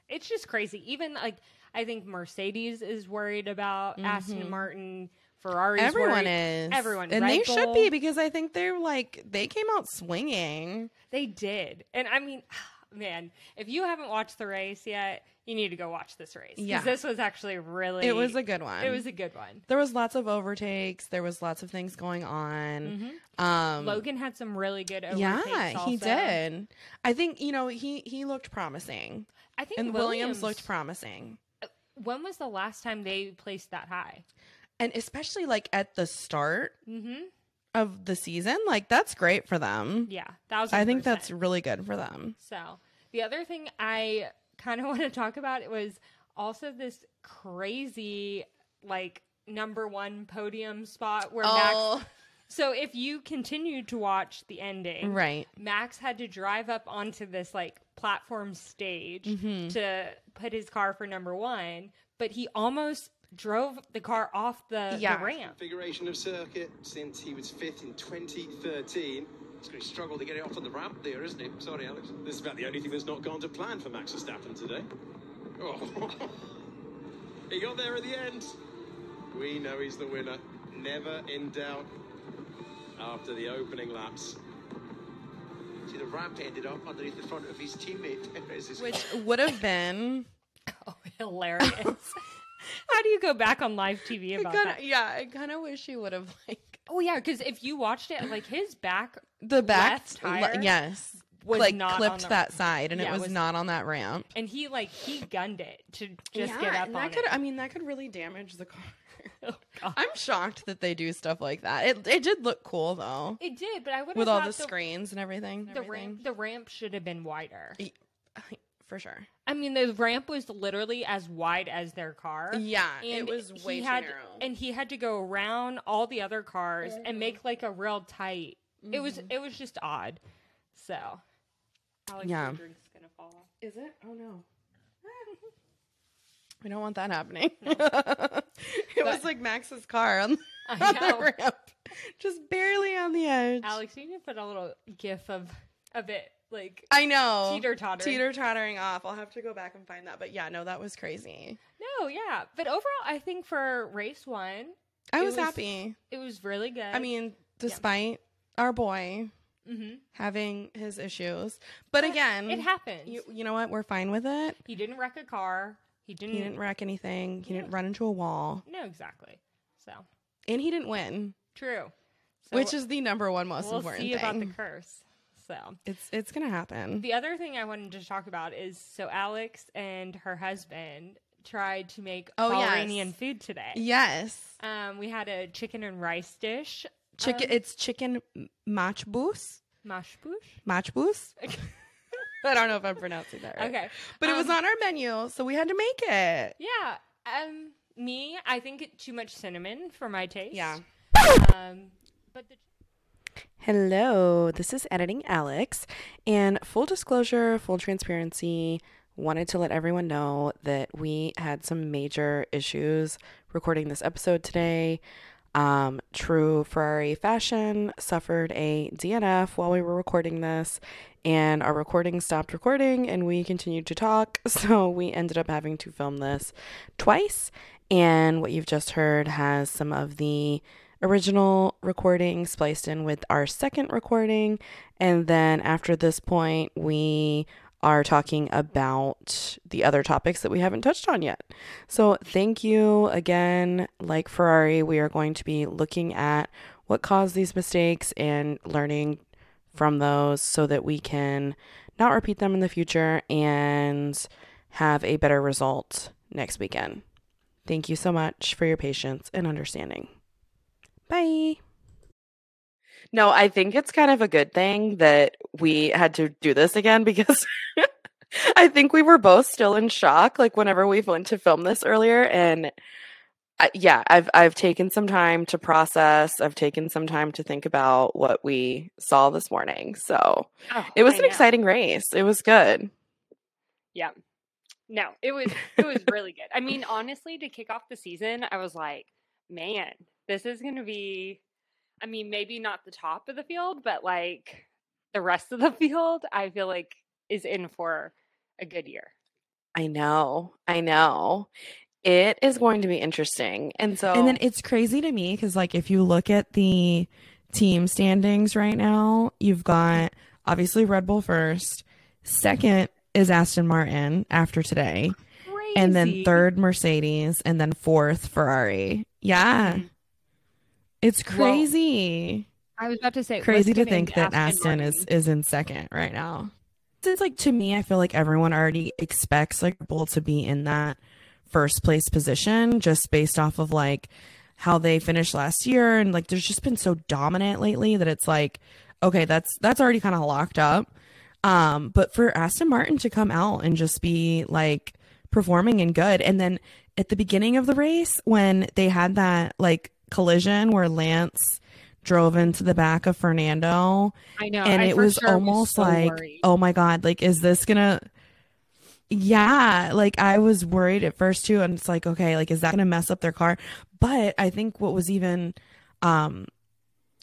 [SPEAKER 1] it's just crazy. Even like I think Mercedes is worried about
[SPEAKER 2] Mhm.
[SPEAKER 1] Aston Martin, Ferrari.
[SPEAKER 2] Everyone
[SPEAKER 1] worried.
[SPEAKER 2] is.
[SPEAKER 1] Everyone.
[SPEAKER 2] And
[SPEAKER 1] Red
[SPEAKER 2] they should
[SPEAKER 1] Bull.
[SPEAKER 2] be because I think they're like, they came out swinging.
[SPEAKER 1] They did. And I mean, man, if you haven't watched the race yet, you need to go watch this race. 'Cause
[SPEAKER 2] Yeah.
[SPEAKER 1] This was actually really
[SPEAKER 2] It was a good one.
[SPEAKER 1] it was a good one.
[SPEAKER 2] there was lots of overtakes. There was lots of things going on. Um,
[SPEAKER 1] Mm-hmm. Logan had some really good overtakes.
[SPEAKER 2] yeah, he
[SPEAKER 1] also.
[SPEAKER 2] did. I think you know he he looked promising,
[SPEAKER 1] I think
[SPEAKER 2] and Williams, looked
[SPEAKER 1] proud.
[SPEAKER 2] promising,
[SPEAKER 1] When was the last time they placed that high?
[SPEAKER 2] and especially like at the start
[SPEAKER 1] Mhm.
[SPEAKER 2] of the season, like that's great for them.
[SPEAKER 1] Yeah. Thousand
[SPEAKER 2] I think
[SPEAKER 1] percent.
[SPEAKER 2] that's really good for them.
[SPEAKER 1] So the other thing I kind of want to talk about it was also this crazy like number one podium spot where Max.
[SPEAKER 2] Oh,
[SPEAKER 1] So if you continued to watch the ending,
[SPEAKER 2] right.
[SPEAKER 1] Max had to drive up onto this like platform stage
[SPEAKER 2] Mhm.
[SPEAKER 1] to put his car for number one, but he almost drove the car off the,
[SPEAKER 2] Yeah.
[SPEAKER 1] the ramp.
[SPEAKER 4] configuration of circuit since he was fifth in 2013. He's going to struggle to get it off on the ramp there, isn't he? Sorry, Alex. This is about the only thing that's not gone to plan for Max Verstappen today. Oh, he got there at the end. We know he's the winner. Never in doubt after the opening laps. See, the ramp ended up underneath the front of his teammate, Perez's
[SPEAKER 2] Which would have been.
[SPEAKER 1] Oh, hilarious. How do you go back on live TV
[SPEAKER 2] I
[SPEAKER 1] about
[SPEAKER 2] kinda,
[SPEAKER 1] that?
[SPEAKER 2] yeah, I kind of wish he would have like
[SPEAKER 1] Oh yeah, because if you watched it, like his back
[SPEAKER 2] the back
[SPEAKER 1] Left tire
[SPEAKER 2] yes,
[SPEAKER 1] was
[SPEAKER 2] like
[SPEAKER 1] not on
[SPEAKER 2] clipped
[SPEAKER 1] the-
[SPEAKER 2] that side, and
[SPEAKER 1] Yeah,
[SPEAKER 2] it was,
[SPEAKER 1] was-
[SPEAKER 2] not on that ramp.
[SPEAKER 1] and he like he gunned it to just get up
[SPEAKER 2] and
[SPEAKER 1] on
[SPEAKER 2] that could.
[SPEAKER 1] it.
[SPEAKER 2] I mean, that could really damage the car.
[SPEAKER 1] Oh, God.
[SPEAKER 2] I'm shocked that they do stuff like that. It it did look cool though,
[SPEAKER 1] It did, but I would
[SPEAKER 2] with
[SPEAKER 1] have
[SPEAKER 2] all
[SPEAKER 1] thought
[SPEAKER 2] the screens and everything.
[SPEAKER 1] The ramp, the ramp should have been wider.
[SPEAKER 2] ramp, for sure.
[SPEAKER 1] I mean, the ramp was literally as wide as their car.
[SPEAKER 2] Yeah,
[SPEAKER 1] and
[SPEAKER 2] it was
[SPEAKER 1] he
[SPEAKER 2] way too
[SPEAKER 1] had,
[SPEAKER 2] narrow.
[SPEAKER 1] and he had to go around all the other cars and make like a real tight. It was it was just odd. So, Mm-hmm. Alex,
[SPEAKER 2] Yeah.
[SPEAKER 1] your drink's gonna fall. off.
[SPEAKER 2] Is it? Oh no. We don't want that happening. it was like Max's car on,
[SPEAKER 1] I
[SPEAKER 2] on the
[SPEAKER 1] know.
[SPEAKER 2] ramp, just barely on the edge.
[SPEAKER 1] Alex, you need to put a little gif of of it like
[SPEAKER 2] I know.
[SPEAKER 1] teeter totter.
[SPEAKER 2] Teeter tottering off. I'll have to go back and find that. But yeah, no, that was crazy.
[SPEAKER 1] No, yeah, but overall, I think for race one,
[SPEAKER 2] I
[SPEAKER 1] It
[SPEAKER 2] was,
[SPEAKER 1] was-
[SPEAKER 2] happy.
[SPEAKER 1] it was really good.
[SPEAKER 2] I mean, despite our boy
[SPEAKER 1] Mhm.
[SPEAKER 2] having his issues. But again,
[SPEAKER 1] it happens.
[SPEAKER 2] you, you know what? We're fine with it.
[SPEAKER 1] he didn't wreck a car. He didn't.
[SPEAKER 2] He didn't wreck anything. He didn't run into a wall.
[SPEAKER 1] no, exactly. So
[SPEAKER 2] And he didn't win,
[SPEAKER 1] true. So
[SPEAKER 2] which is the number one most
[SPEAKER 1] we'll
[SPEAKER 2] important
[SPEAKER 1] see
[SPEAKER 2] thing.
[SPEAKER 1] about the curse. So
[SPEAKER 2] it's it's going to happen.
[SPEAKER 1] The other thing I wanted to talk about is so Alex and her husband tried to make
[SPEAKER 2] Oh, yes.
[SPEAKER 1] Bahrainian food today.
[SPEAKER 2] yes.
[SPEAKER 1] Um, we had a chicken and rice dish, Um,
[SPEAKER 2] Chicken it's chicken m- machbous.
[SPEAKER 1] mashbush.
[SPEAKER 2] Machbous? I don't know if I'm pronouncing that right.
[SPEAKER 1] Okay,
[SPEAKER 2] But it was
[SPEAKER 1] Um,
[SPEAKER 2] on our menu, so we had to make it.
[SPEAKER 1] Yeah. Um, me, I think it too much cinnamon for my taste.
[SPEAKER 2] Yeah.
[SPEAKER 1] Um, but the
[SPEAKER 5] Hello, this is Editing Alex. And full disclosure, full transparency, wanted to let everyone know that we had some major issues recording this episode today. Um, True Ferrari Fashion suffered a DNF while we were recording this, and our recording stopped recording, and we continued to talk. So we ended up having to film this twice. And what you've just heard has some of the original recording spliced in with our second recording. And then after this point, we are talking about the other topics that we haven't touched on yet. So, thank you again. Like Ferrari, we are going to be looking at what caused these mistakes and learning from those so that we can not repeat them in the future and have a better result next weekend. Thank you so much for your patience and understanding. Bye. No, I think it's kind of a good thing that we had to do this again because I think we were both still in shock like whenever we went to film this earlier and I, yeah, I've I've taken some time to process. I've taken some time to think about what we saw this morning. So,
[SPEAKER 3] Oh,
[SPEAKER 5] it was
[SPEAKER 3] I
[SPEAKER 5] an
[SPEAKER 3] know.
[SPEAKER 5] exciting race. It was good.
[SPEAKER 3] No, it was it was really good. I mean, honestly, to kick off the season, I was like, man, this is going to be. I mean, maybe not the top of the field, but like the rest of the field, I feel like is in for a good year.
[SPEAKER 5] I know. I know. It is going to be interesting. And so
[SPEAKER 6] And then it's crazy to me because, like, if you look at the team standings right now, you've got obviously Red Bull first. Second is Aston Martin after today.
[SPEAKER 1] crazy.
[SPEAKER 6] And then third, Mercedes. And then fourth, Ferrari. Yeah.
[SPEAKER 2] Mm-hmm.
[SPEAKER 6] It's crazy.
[SPEAKER 3] I was about to say
[SPEAKER 6] crazy to think that Aston is, is in second right now. Since, like, to me, I feel like everyone already expects, like, Red Bull to be in that first place position just based off of, like, how they finished last year and like there's just been so dominant lately that it's like okay that's that's already kind of locked up um but for Aston Martin to come out and just be like
[SPEAKER 2] performing and good. And then at the beginning of the race, when they had that like collision where Lance drove into the back of Fernando,
[SPEAKER 1] I know.
[SPEAKER 2] and
[SPEAKER 1] I
[SPEAKER 2] it
[SPEAKER 1] for
[SPEAKER 2] was
[SPEAKER 1] sure
[SPEAKER 2] almost
[SPEAKER 1] so
[SPEAKER 2] like,
[SPEAKER 1] worried.
[SPEAKER 2] oh my God, like, is this gonna. Yeah, like I was worried at first too. And it's like, okay, like, is that gonna mess up their car? But I think what was even, um,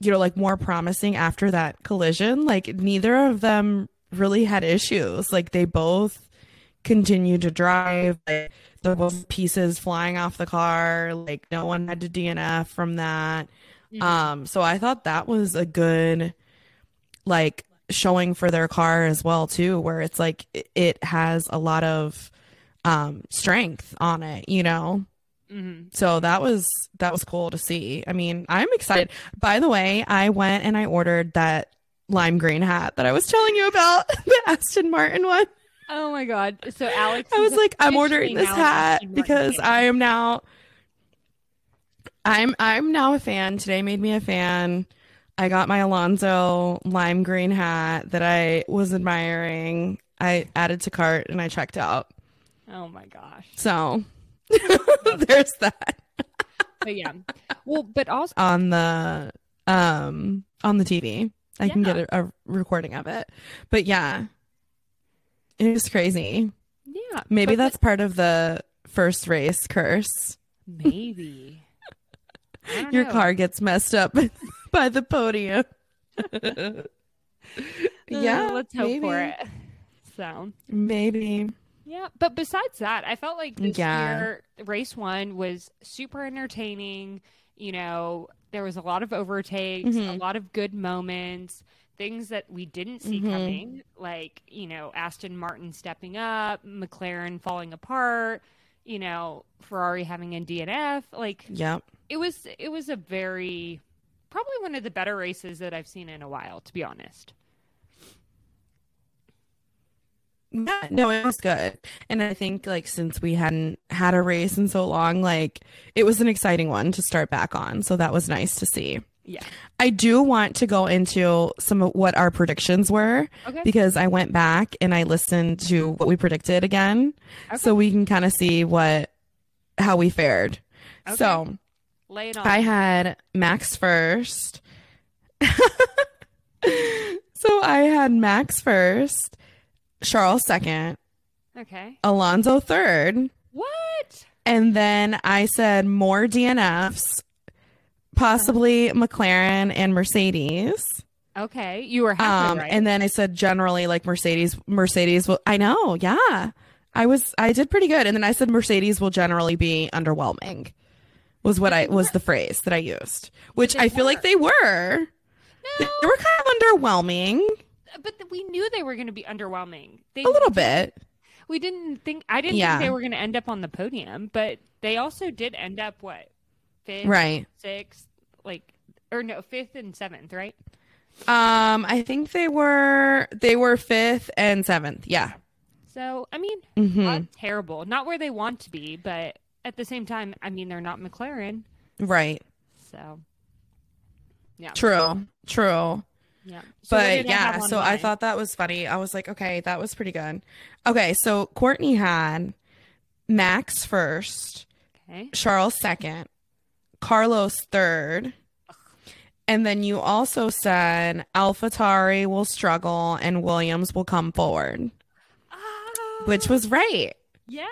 [SPEAKER 2] you know, like more promising after that collision, like, neither of them really had issues. Like, they both continued to drive. Like, there was pieces flying off the car. Like, no one had to DNF from that.
[SPEAKER 3] Mm-hmm.
[SPEAKER 1] Mhm.
[SPEAKER 2] Um, so I thought that was a good like showing for their car as well too, where it's like i- it has a lot of um strength on it, you know.
[SPEAKER 7] Mm-hmm.
[SPEAKER 2] So that was that was cool to see. I mean, I'm excited. By the way, I went and I ordered that lime green hat that I was telling you about, the Aston Martin one.
[SPEAKER 1] oh my god. So Alex,
[SPEAKER 2] I
[SPEAKER 1] is
[SPEAKER 2] was like, I'm
[SPEAKER 1] officially
[SPEAKER 2] ordering this
[SPEAKER 1] now an
[SPEAKER 2] hat
[SPEAKER 1] Aston Martin
[SPEAKER 2] because
[SPEAKER 1] fan.
[SPEAKER 2] I am now I'm I'm now a fan. Today made me a fan. I got my Alonzo lime green hat that I was admiring. I added to cart and I checked out.
[SPEAKER 1] Oh my gosh.
[SPEAKER 2] So there's that
[SPEAKER 1] But yeah. Well, but also
[SPEAKER 2] on the um on the TV. I can
[SPEAKER 1] Yeah.
[SPEAKER 2] get a, a recording of it. But yeah. It was crazy.
[SPEAKER 1] yeah. but
[SPEAKER 2] Maybe
[SPEAKER 1] the-
[SPEAKER 2] that's part of the first race curse.
[SPEAKER 1] maybe. I don't
[SPEAKER 2] Your
[SPEAKER 1] know.
[SPEAKER 2] car gets messed up by the podium. yeah,
[SPEAKER 1] Uh, let's hope for
[SPEAKER 2] maybe.
[SPEAKER 1] it. So
[SPEAKER 2] Maybe.
[SPEAKER 1] yeah, but besides that, I felt like this
[SPEAKER 2] Yeah.
[SPEAKER 1] year race one was super entertaining. You know, there was a lot of overtakes, a
[SPEAKER 2] Mm-hmm.
[SPEAKER 1] lot of good moments, things that we didn't see
[SPEAKER 2] Mhm.
[SPEAKER 1] coming, like you know Aston Martin stepping up, McLaren falling apart, you know Ferrari having a DNF. Like
[SPEAKER 2] Yep.
[SPEAKER 1] it was, it was a very probably one of the better races that I've seen in a while, to be honest.
[SPEAKER 2] Yeah, no, it was good. And I think like since we hadn't had a race in so long, like it was an exciting one to start back on. So that was nice to see.
[SPEAKER 1] Yeah.
[SPEAKER 2] I do want to go into some of what our predictions were
[SPEAKER 1] Okay.
[SPEAKER 2] because I went back and I listened to what we predicted again. So we can kind of see what how we fared.
[SPEAKER 1] Okay.
[SPEAKER 2] So
[SPEAKER 1] Lay it on.
[SPEAKER 2] I had Max first. so I had Max first, Charles second,
[SPEAKER 1] okay.
[SPEAKER 2] Alonso third,
[SPEAKER 1] What?
[SPEAKER 2] and then I said more DNFs, possibly McLaren and Mercedes.
[SPEAKER 1] Okay, you were halfway
[SPEAKER 2] Um,
[SPEAKER 1] right.
[SPEAKER 2] and then I said generally like Mercedes, Mercedes will. I know, yeah, I was, I did pretty good. And then I said Mercedes will generally be underwhelming, was what I was the phrase that I used, which
[SPEAKER 1] they
[SPEAKER 2] I feel like
[SPEAKER 1] were.
[SPEAKER 2] they were.
[SPEAKER 1] no,
[SPEAKER 2] They were kind of underwhelming
[SPEAKER 1] but th- we knew they were going to be underwhelming. They,
[SPEAKER 2] a little bit.
[SPEAKER 1] We didn't think. I didn't
[SPEAKER 2] Yeah.
[SPEAKER 1] think they were going to end up on the podium, but they also did end up what fifth,
[SPEAKER 2] Right.
[SPEAKER 1] Sixth, like or no, fifth and seventh, right?
[SPEAKER 2] Um, I think they were they were fifth and seventh. Yeah.
[SPEAKER 1] So I mean,
[SPEAKER 2] hmm
[SPEAKER 1] not terrible. Not where they want to be, but at the same time, I mean, they're not McLaren,
[SPEAKER 2] Right.
[SPEAKER 1] so yeah,
[SPEAKER 2] True. True.
[SPEAKER 1] yeah. So what
[SPEAKER 2] but
[SPEAKER 1] did have
[SPEAKER 2] yeah,
[SPEAKER 1] on
[SPEAKER 2] so I
[SPEAKER 1] mine?
[SPEAKER 2] thought that was funny. I was like, okay, that was pretty good. Okay, so Courtney had Max first,
[SPEAKER 1] okay,
[SPEAKER 2] Charles second, Carlos third, and then you also said AlphaTauri will struggle and Williams will come forward, which
[SPEAKER 1] Ah,
[SPEAKER 2] was right.
[SPEAKER 1] yeah.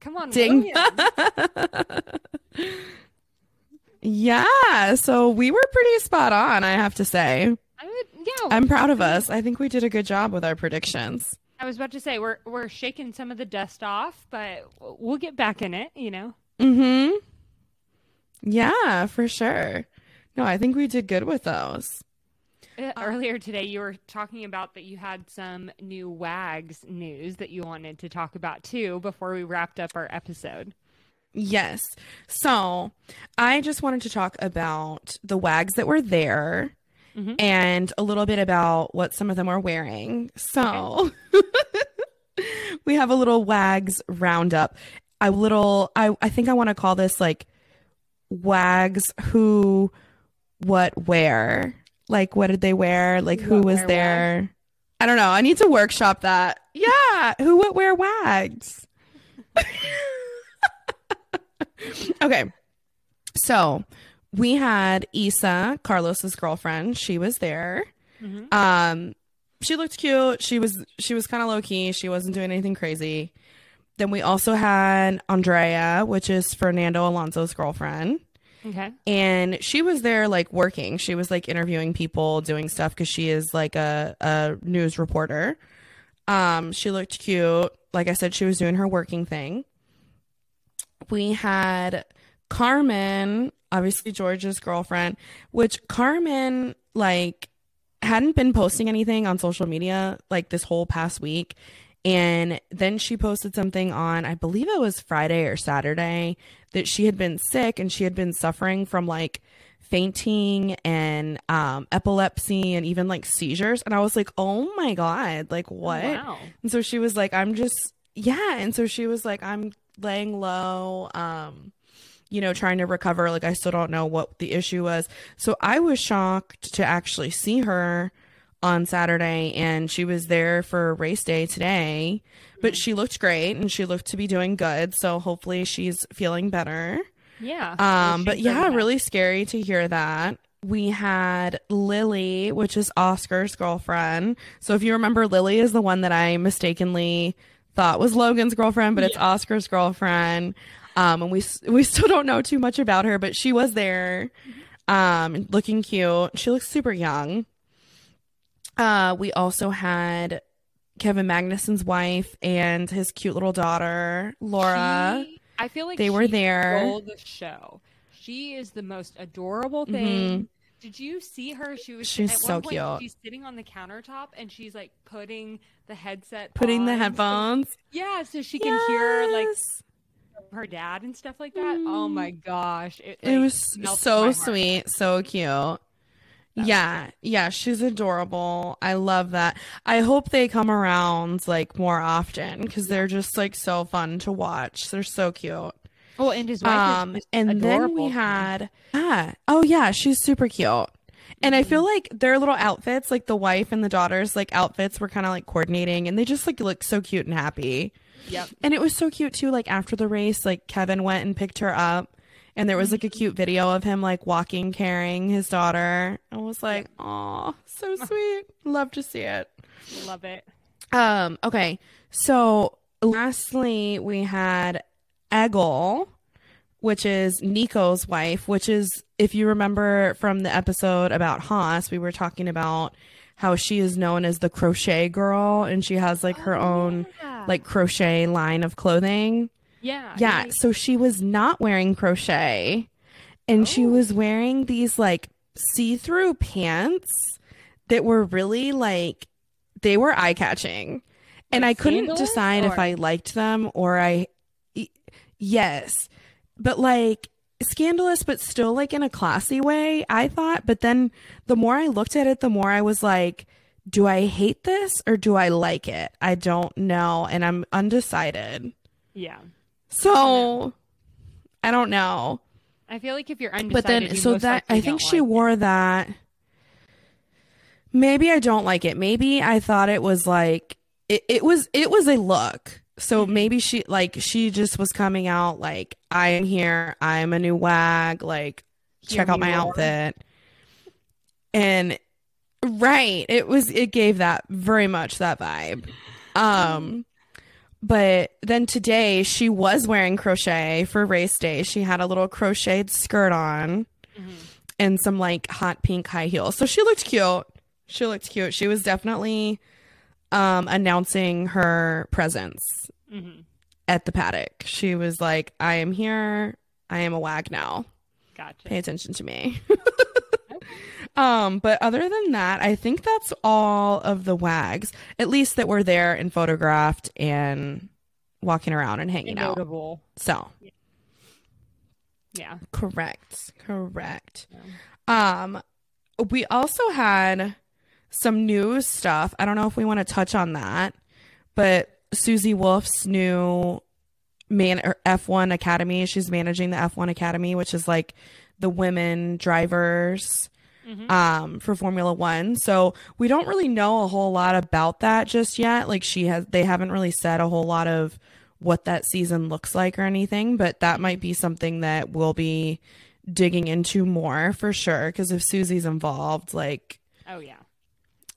[SPEAKER 1] Come on,
[SPEAKER 2] Ding.
[SPEAKER 1] Oh, Williams.
[SPEAKER 2] yeah, so we were pretty spot on, I have to say.
[SPEAKER 1] I would, yeah.
[SPEAKER 2] I'm proud of us. I think we did a good job with our predictions.
[SPEAKER 1] I was about to say we're we're shaking some of the dust off, but we'll get back in it, you know.
[SPEAKER 2] Mm-hmm. Yeah, for sure. No, I think we did good with those.
[SPEAKER 1] Uh, Earlier today you were talking about that you had some new WAGs news that you wanted to talk about too before we wrapped up our episode.
[SPEAKER 2] Yes. So I just wanted to talk about the wags that were there
[SPEAKER 1] Mhm.
[SPEAKER 2] and a little bit about what some of them are wearing. So we have a little wags roundup. A little, I, I think I want to call this like wags who, what, where. Like, what did they wear? Like, who
[SPEAKER 1] What,
[SPEAKER 2] was
[SPEAKER 1] where,
[SPEAKER 2] there? I don't know. I need to workshop that. Yeah. Who, what, where, wags. okay. So we had Issa, Carlos's girlfriend. She was there. Um, she looked cute. She was she was kind of low key. She wasn't doing anything crazy. Then we also had Andrea, which is Fernando Alonso's girlfriend
[SPEAKER 1] Okay.
[SPEAKER 2] and she was there like working she was like interviewing people doing stuff because she is like a, a news reporter um she looked cute like i said she was doing her working thing we had carmen obviously george's girlfriend which carmen like hadn't been posting anything on social media like this whole past week and then she posted something on i believe it was friday or saturday that she had been sick and she had been suffering from like fainting and um, epilepsy and even like seizures and i was like oh my god like what
[SPEAKER 1] Wow.
[SPEAKER 2] and so she was like, I'm just, yeah. And so she was like, I'm laying low, um, you know, trying to recover. Like, I still don't know what the issue was. So I was shocked to actually see her on Saturday and she was there for race day today. But she looked great and she looked to be doing good. So hopefully she's feeling better.
[SPEAKER 1] Yeah.
[SPEAKER 2] Um,
[SPEAKER 1] She's
[SPEAKER 2] but
[SPEAKER 1] done
[SPEAKER 2] yeah,
[SPEAKER 1] that.
[SPEAKER 2] really scary to hear that. We had Lily, which is Oscar's girlfriend. So if you remember, Lily is the one that I mistakenly thought was Logan's girlfriend, but it's Oscar's girlfriend. Um, and we s- we still don't know too much about her, but she was there, um, looking cute. She looks super young. Uh, we also had Kevin Magnuson's wife and his cute little daughter, Laura.
[SPEAKER 1] She- I feel like
[SPEAKER 2] they were
[SPEAKER 1] she
[SPEAKER 2] there.
[SPEAKER 1] Stole the show. She is the most adorable thing. Did you see her? She was.
[SPEAKER 2] Mm-hmm. She's
[SPEAKER 1] at
[SPEAKER 2] so
[SPEAKER 1] one point,
[SPEAKER 2] cute.
[SPEAKER 1] She's sitting on the countertop and she's like putting the headset.
[SPEAKER 2] Putting the
[SPEAKER 1] on so-
[SPEAKER 2] headphones.
[SPEAKER 1] yeah, so she can hear like her dad and stuff like that. Oh my gosh, it,
[SPEAKER 2] Mm. It
[SPEAKER 1] like,
[SPEAKER 2] was
[SPEAKER 1] melted my
[SPEAKER 2] so
[SPEAKER 1] heart.
[SPEAKER 2] sweet, so cute. yeah, yeah, she's adorable. I love that. I hope they come around like more often because they're just like so fun to watch. They're so cute.
[SPEAKER 1] Well, and his wife
[SPEAKER 2] Um,
[SPEAKER 1] is just
[SPEAKER 2] and then
[SPEAKER 1] adorable.
[SPEAKER 2] we had ah, oh yeah, she's super cute. And I feel
[SPEAKER 1] Mm-hmm.
[SPEAKER 2] like their little outfits, like the wife and the daughter's like outfits, were kind of like coordinating, and they just like look so cute and happy.
[SPEAKER 1] Yep.
[SPEAKER 2] And it was so cute too. Like after the race, like Kevin went and picked her up, and there was like a cute video of him like walking, carrying his daughter. I was like, oh, so sweet. Love to see it.
[SPEAKER 1] love it.
[SPEAKER 2] Um. Okay. So lastly, we had Eggle, which is Nico's wife. Which is, if you remember from the episode about Haas, we were talking about how she is known as the crochet girl, and she has like her own like crochet line of clothing.
[SPEAKER 1] Yeah,
[SPEAKER 2] Yeah. So she was not wearing crochet and
[SPEAKER 1] Oh.
[SPEAKER 2] she was wearing these like see through pants that were really like, they were eye catching. And
[SPEAKER 1] Like
[SPEAKER 2] I couldn't
[SPEAKER 1] sandals,
[SPEAKER 2] decide if
[SPEAKER 1] or-
[SPEAKER 2] I liked them or I, y- yes, but like scandalous, but still like in a classy way, I thought. But then the more I looked at it, the more I was like, do I hate this or do I like it? I don't know. And I'm undecided.
[SPEAKER 1] yeah.
[SPEAKER 2] So I don't know.
[SPEAKER 1] I feel like if you're undecided,
[SPEAKER 2] But then
[SPEAKER 1] you
[SPEAKER 2] so
[SPEAKER 1] most
[SPEAKER 2] that
[SPEAKER 1] likely
[SPEAKER 2] I think
[SPEAKER 1] don't
[SPEAKER 2] she
[SPEAKER 1] like it.
[SPEAKER 2] wore that maybe I don't like it. Maybe I thought it was like it, it was it was a look.
[SPEAKER 1] Mm-hmm.
[SPEAKER 2] So maybe she like she just was coming out like I am here, I am a new wag, like
[SPEAKER 1] Hear
[SPEAKER 2] check out
[SPEAKER 1] me
[SPEAKER 2] my
[SPEAKER 1] roar.
[SPEAKER 2] outfit. And right, it was it gave that very much that vibe. Um but then today she was wearing crochet for race day. She had a little crocheted skirt on
[SPEAKER 1] Mm-hmm.
[SPEAKER 2] and some like hot pink high heels. So she looked cute. She looked cute. She was definitely um announcing her presence
[SPEAKER 1] Mhm.
[SPEAKER 2] at the paddock. She was like, I am here. I am a wag now.
[SPEAKER 1] Gotcha.
[SPEAKER 2] Pay attention to me. um, but other than that, I think that's all of the wags, at least that were there and photographed and walking around and hanging
[SPEAKER 1] And
[SPEAKER 2] out.
[SPEAKER 1] notable.
[SPEAKER 2] So
[SPEAKER 1] Yeah.
[SPEAKER 2] Correct. Correct. Um we also had some news stuff. I don't know if we want to touch on that, but Susie Wolf's new man or F1 Academy, she's managing the F1 Academy, which is like the women drivers
[SPEAKER 1] Mm-hmm.
[SPEAKER 2] um for Formula 1. So we don't really know a whole lot about that just yet. Like she has they haven't really said a whole lot of what that season looks like or anything, but that might be something that we'll be digging into more for sure. Because if Susie's involved, like
[SPEAKER 1] Oh yeah,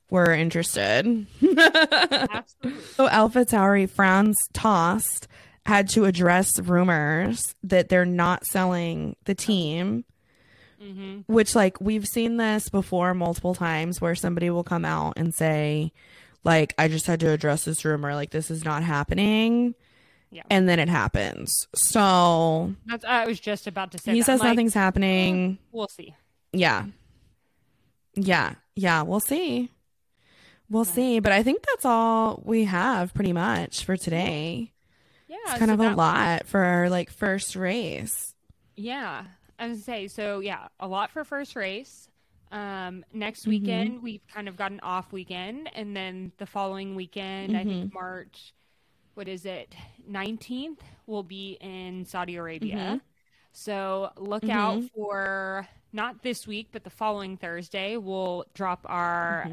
[SPEAKER 2] we're interested.
[SPEAKER 1] absolutely.
[SPEAKER 2] So Alpha Tauri Franz Tost had to address rumors that they're not selling the team,
[SPEAKER 1] Mm-hmm.
[SPEAKER 2] which like we've seen this before multiple times where somebody will come out and say like I just had to address this rumor like this is not happening.
[SPEAKER 1] Yeah.
[SPEAKER 2] And then it happens. So
[SPEAKER 1] That's, I was just about to say.
[SPEAKER 2] he
[SPEAKER 1] that.
[SPEAKER 2] says
[SPEAKER 1] I'm like,
[SPEAKER 2] nothing's happening.
[SPEAKER 1] We'll see.
[SPEAKER 2] Yeah. Yeah. Yeah. We'll see. We'll see. But I think that's all we have pretty much for today.
[SPEAKER 1] Yeah,
[SPEAKER 2] It's kind
[SPEAKER 1] so
[SPEAKER 2] of a
[SPEAKER 1] that-
[SPEAKER 2] lot for our like first race.
[SPEAKER 1] Yeah, I would say so. Yeah, a lot for first race. Um, next weekend we've kind of got an off weekend, and then the following weekend, I think March, what is it, nineteenth, will be in Saudi Arabia. So look out for not this week, but the following Thursday, we'll drop our.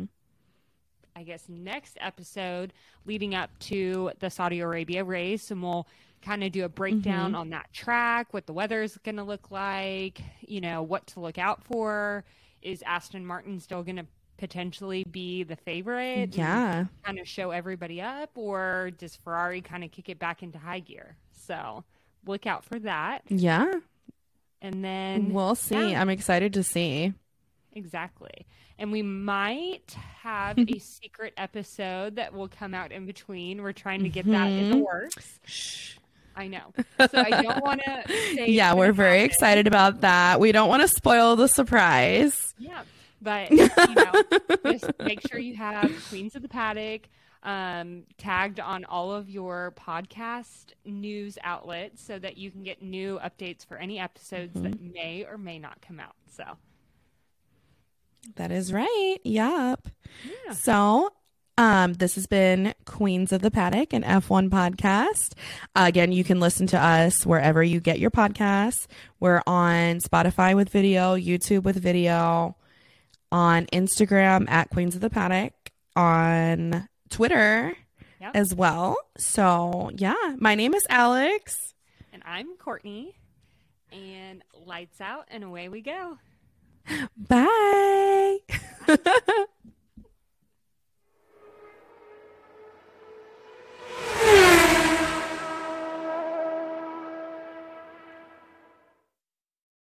[SPEAKER 1] I guess next episode leading up to the Saudi Arabia race, and we'll kind of do a breakdown on that track, what the weather is going to look like, you know, what to look out for. Is Aston Martin still going to potentially be the favorite?
[SPEAKER 2] Yeah.
[SPEAKER 1] Kind of show everybody up, or does Ferrari kind of kick it back into high gear? So look out for that.
[SPEAKER 2] Yeah.
[SPEAKER 1] And then
[SPEAKER 2] We'll see.
[SPEAKER 1] yeah.
[SPEAKER 2] I'm excited to see.
[SPEAKER 1] Exactly. And we might have a secret episode that will come out in between. We're trying to get that in the
[SPEAKER 2] Mm-hmm.
[SPEAKER 1] works. I know. So I don't want to say.
[SPEAKER 2] Yeah.
[SPEAKER 1] it's
[SPEAKER 2] We're
[SPEAKER 1] gonna
[SPEAKER 2] very
[SPEAKER 1] happen.
[SPEAKER 2] excited about that. We don't want to spoil the surprise.
[SPEAKER 1] Yeah. But, you know, just make sure you have Queens of the Paddock um, tagged on all of your podcast news outlets so that you can get new updates for any episodes that
[SPEAKER 2] Mm-hmm.
[SPEAKER 1] may or may not come out. So,
[SPEAKER 2] That is right. Yep.
[SPEAKER 1] Yeah.
[SPEAKER 2] So, um, this has been Queens of the Paddock and F1 podcast. Uh, again, you can listen to us wherever you get your podcasts. We're on Spotify with video, YouTube with video, on Instagram at Queens of the Paddock, on Twitter
[SPEAKER 1] Yep.
[SPEAKER 2] as well. So, yeah, my name is Alex.
[SPEAKER 1] and I'm Courtney. And lights out and away we go.
[SPEAKER 2] Bye.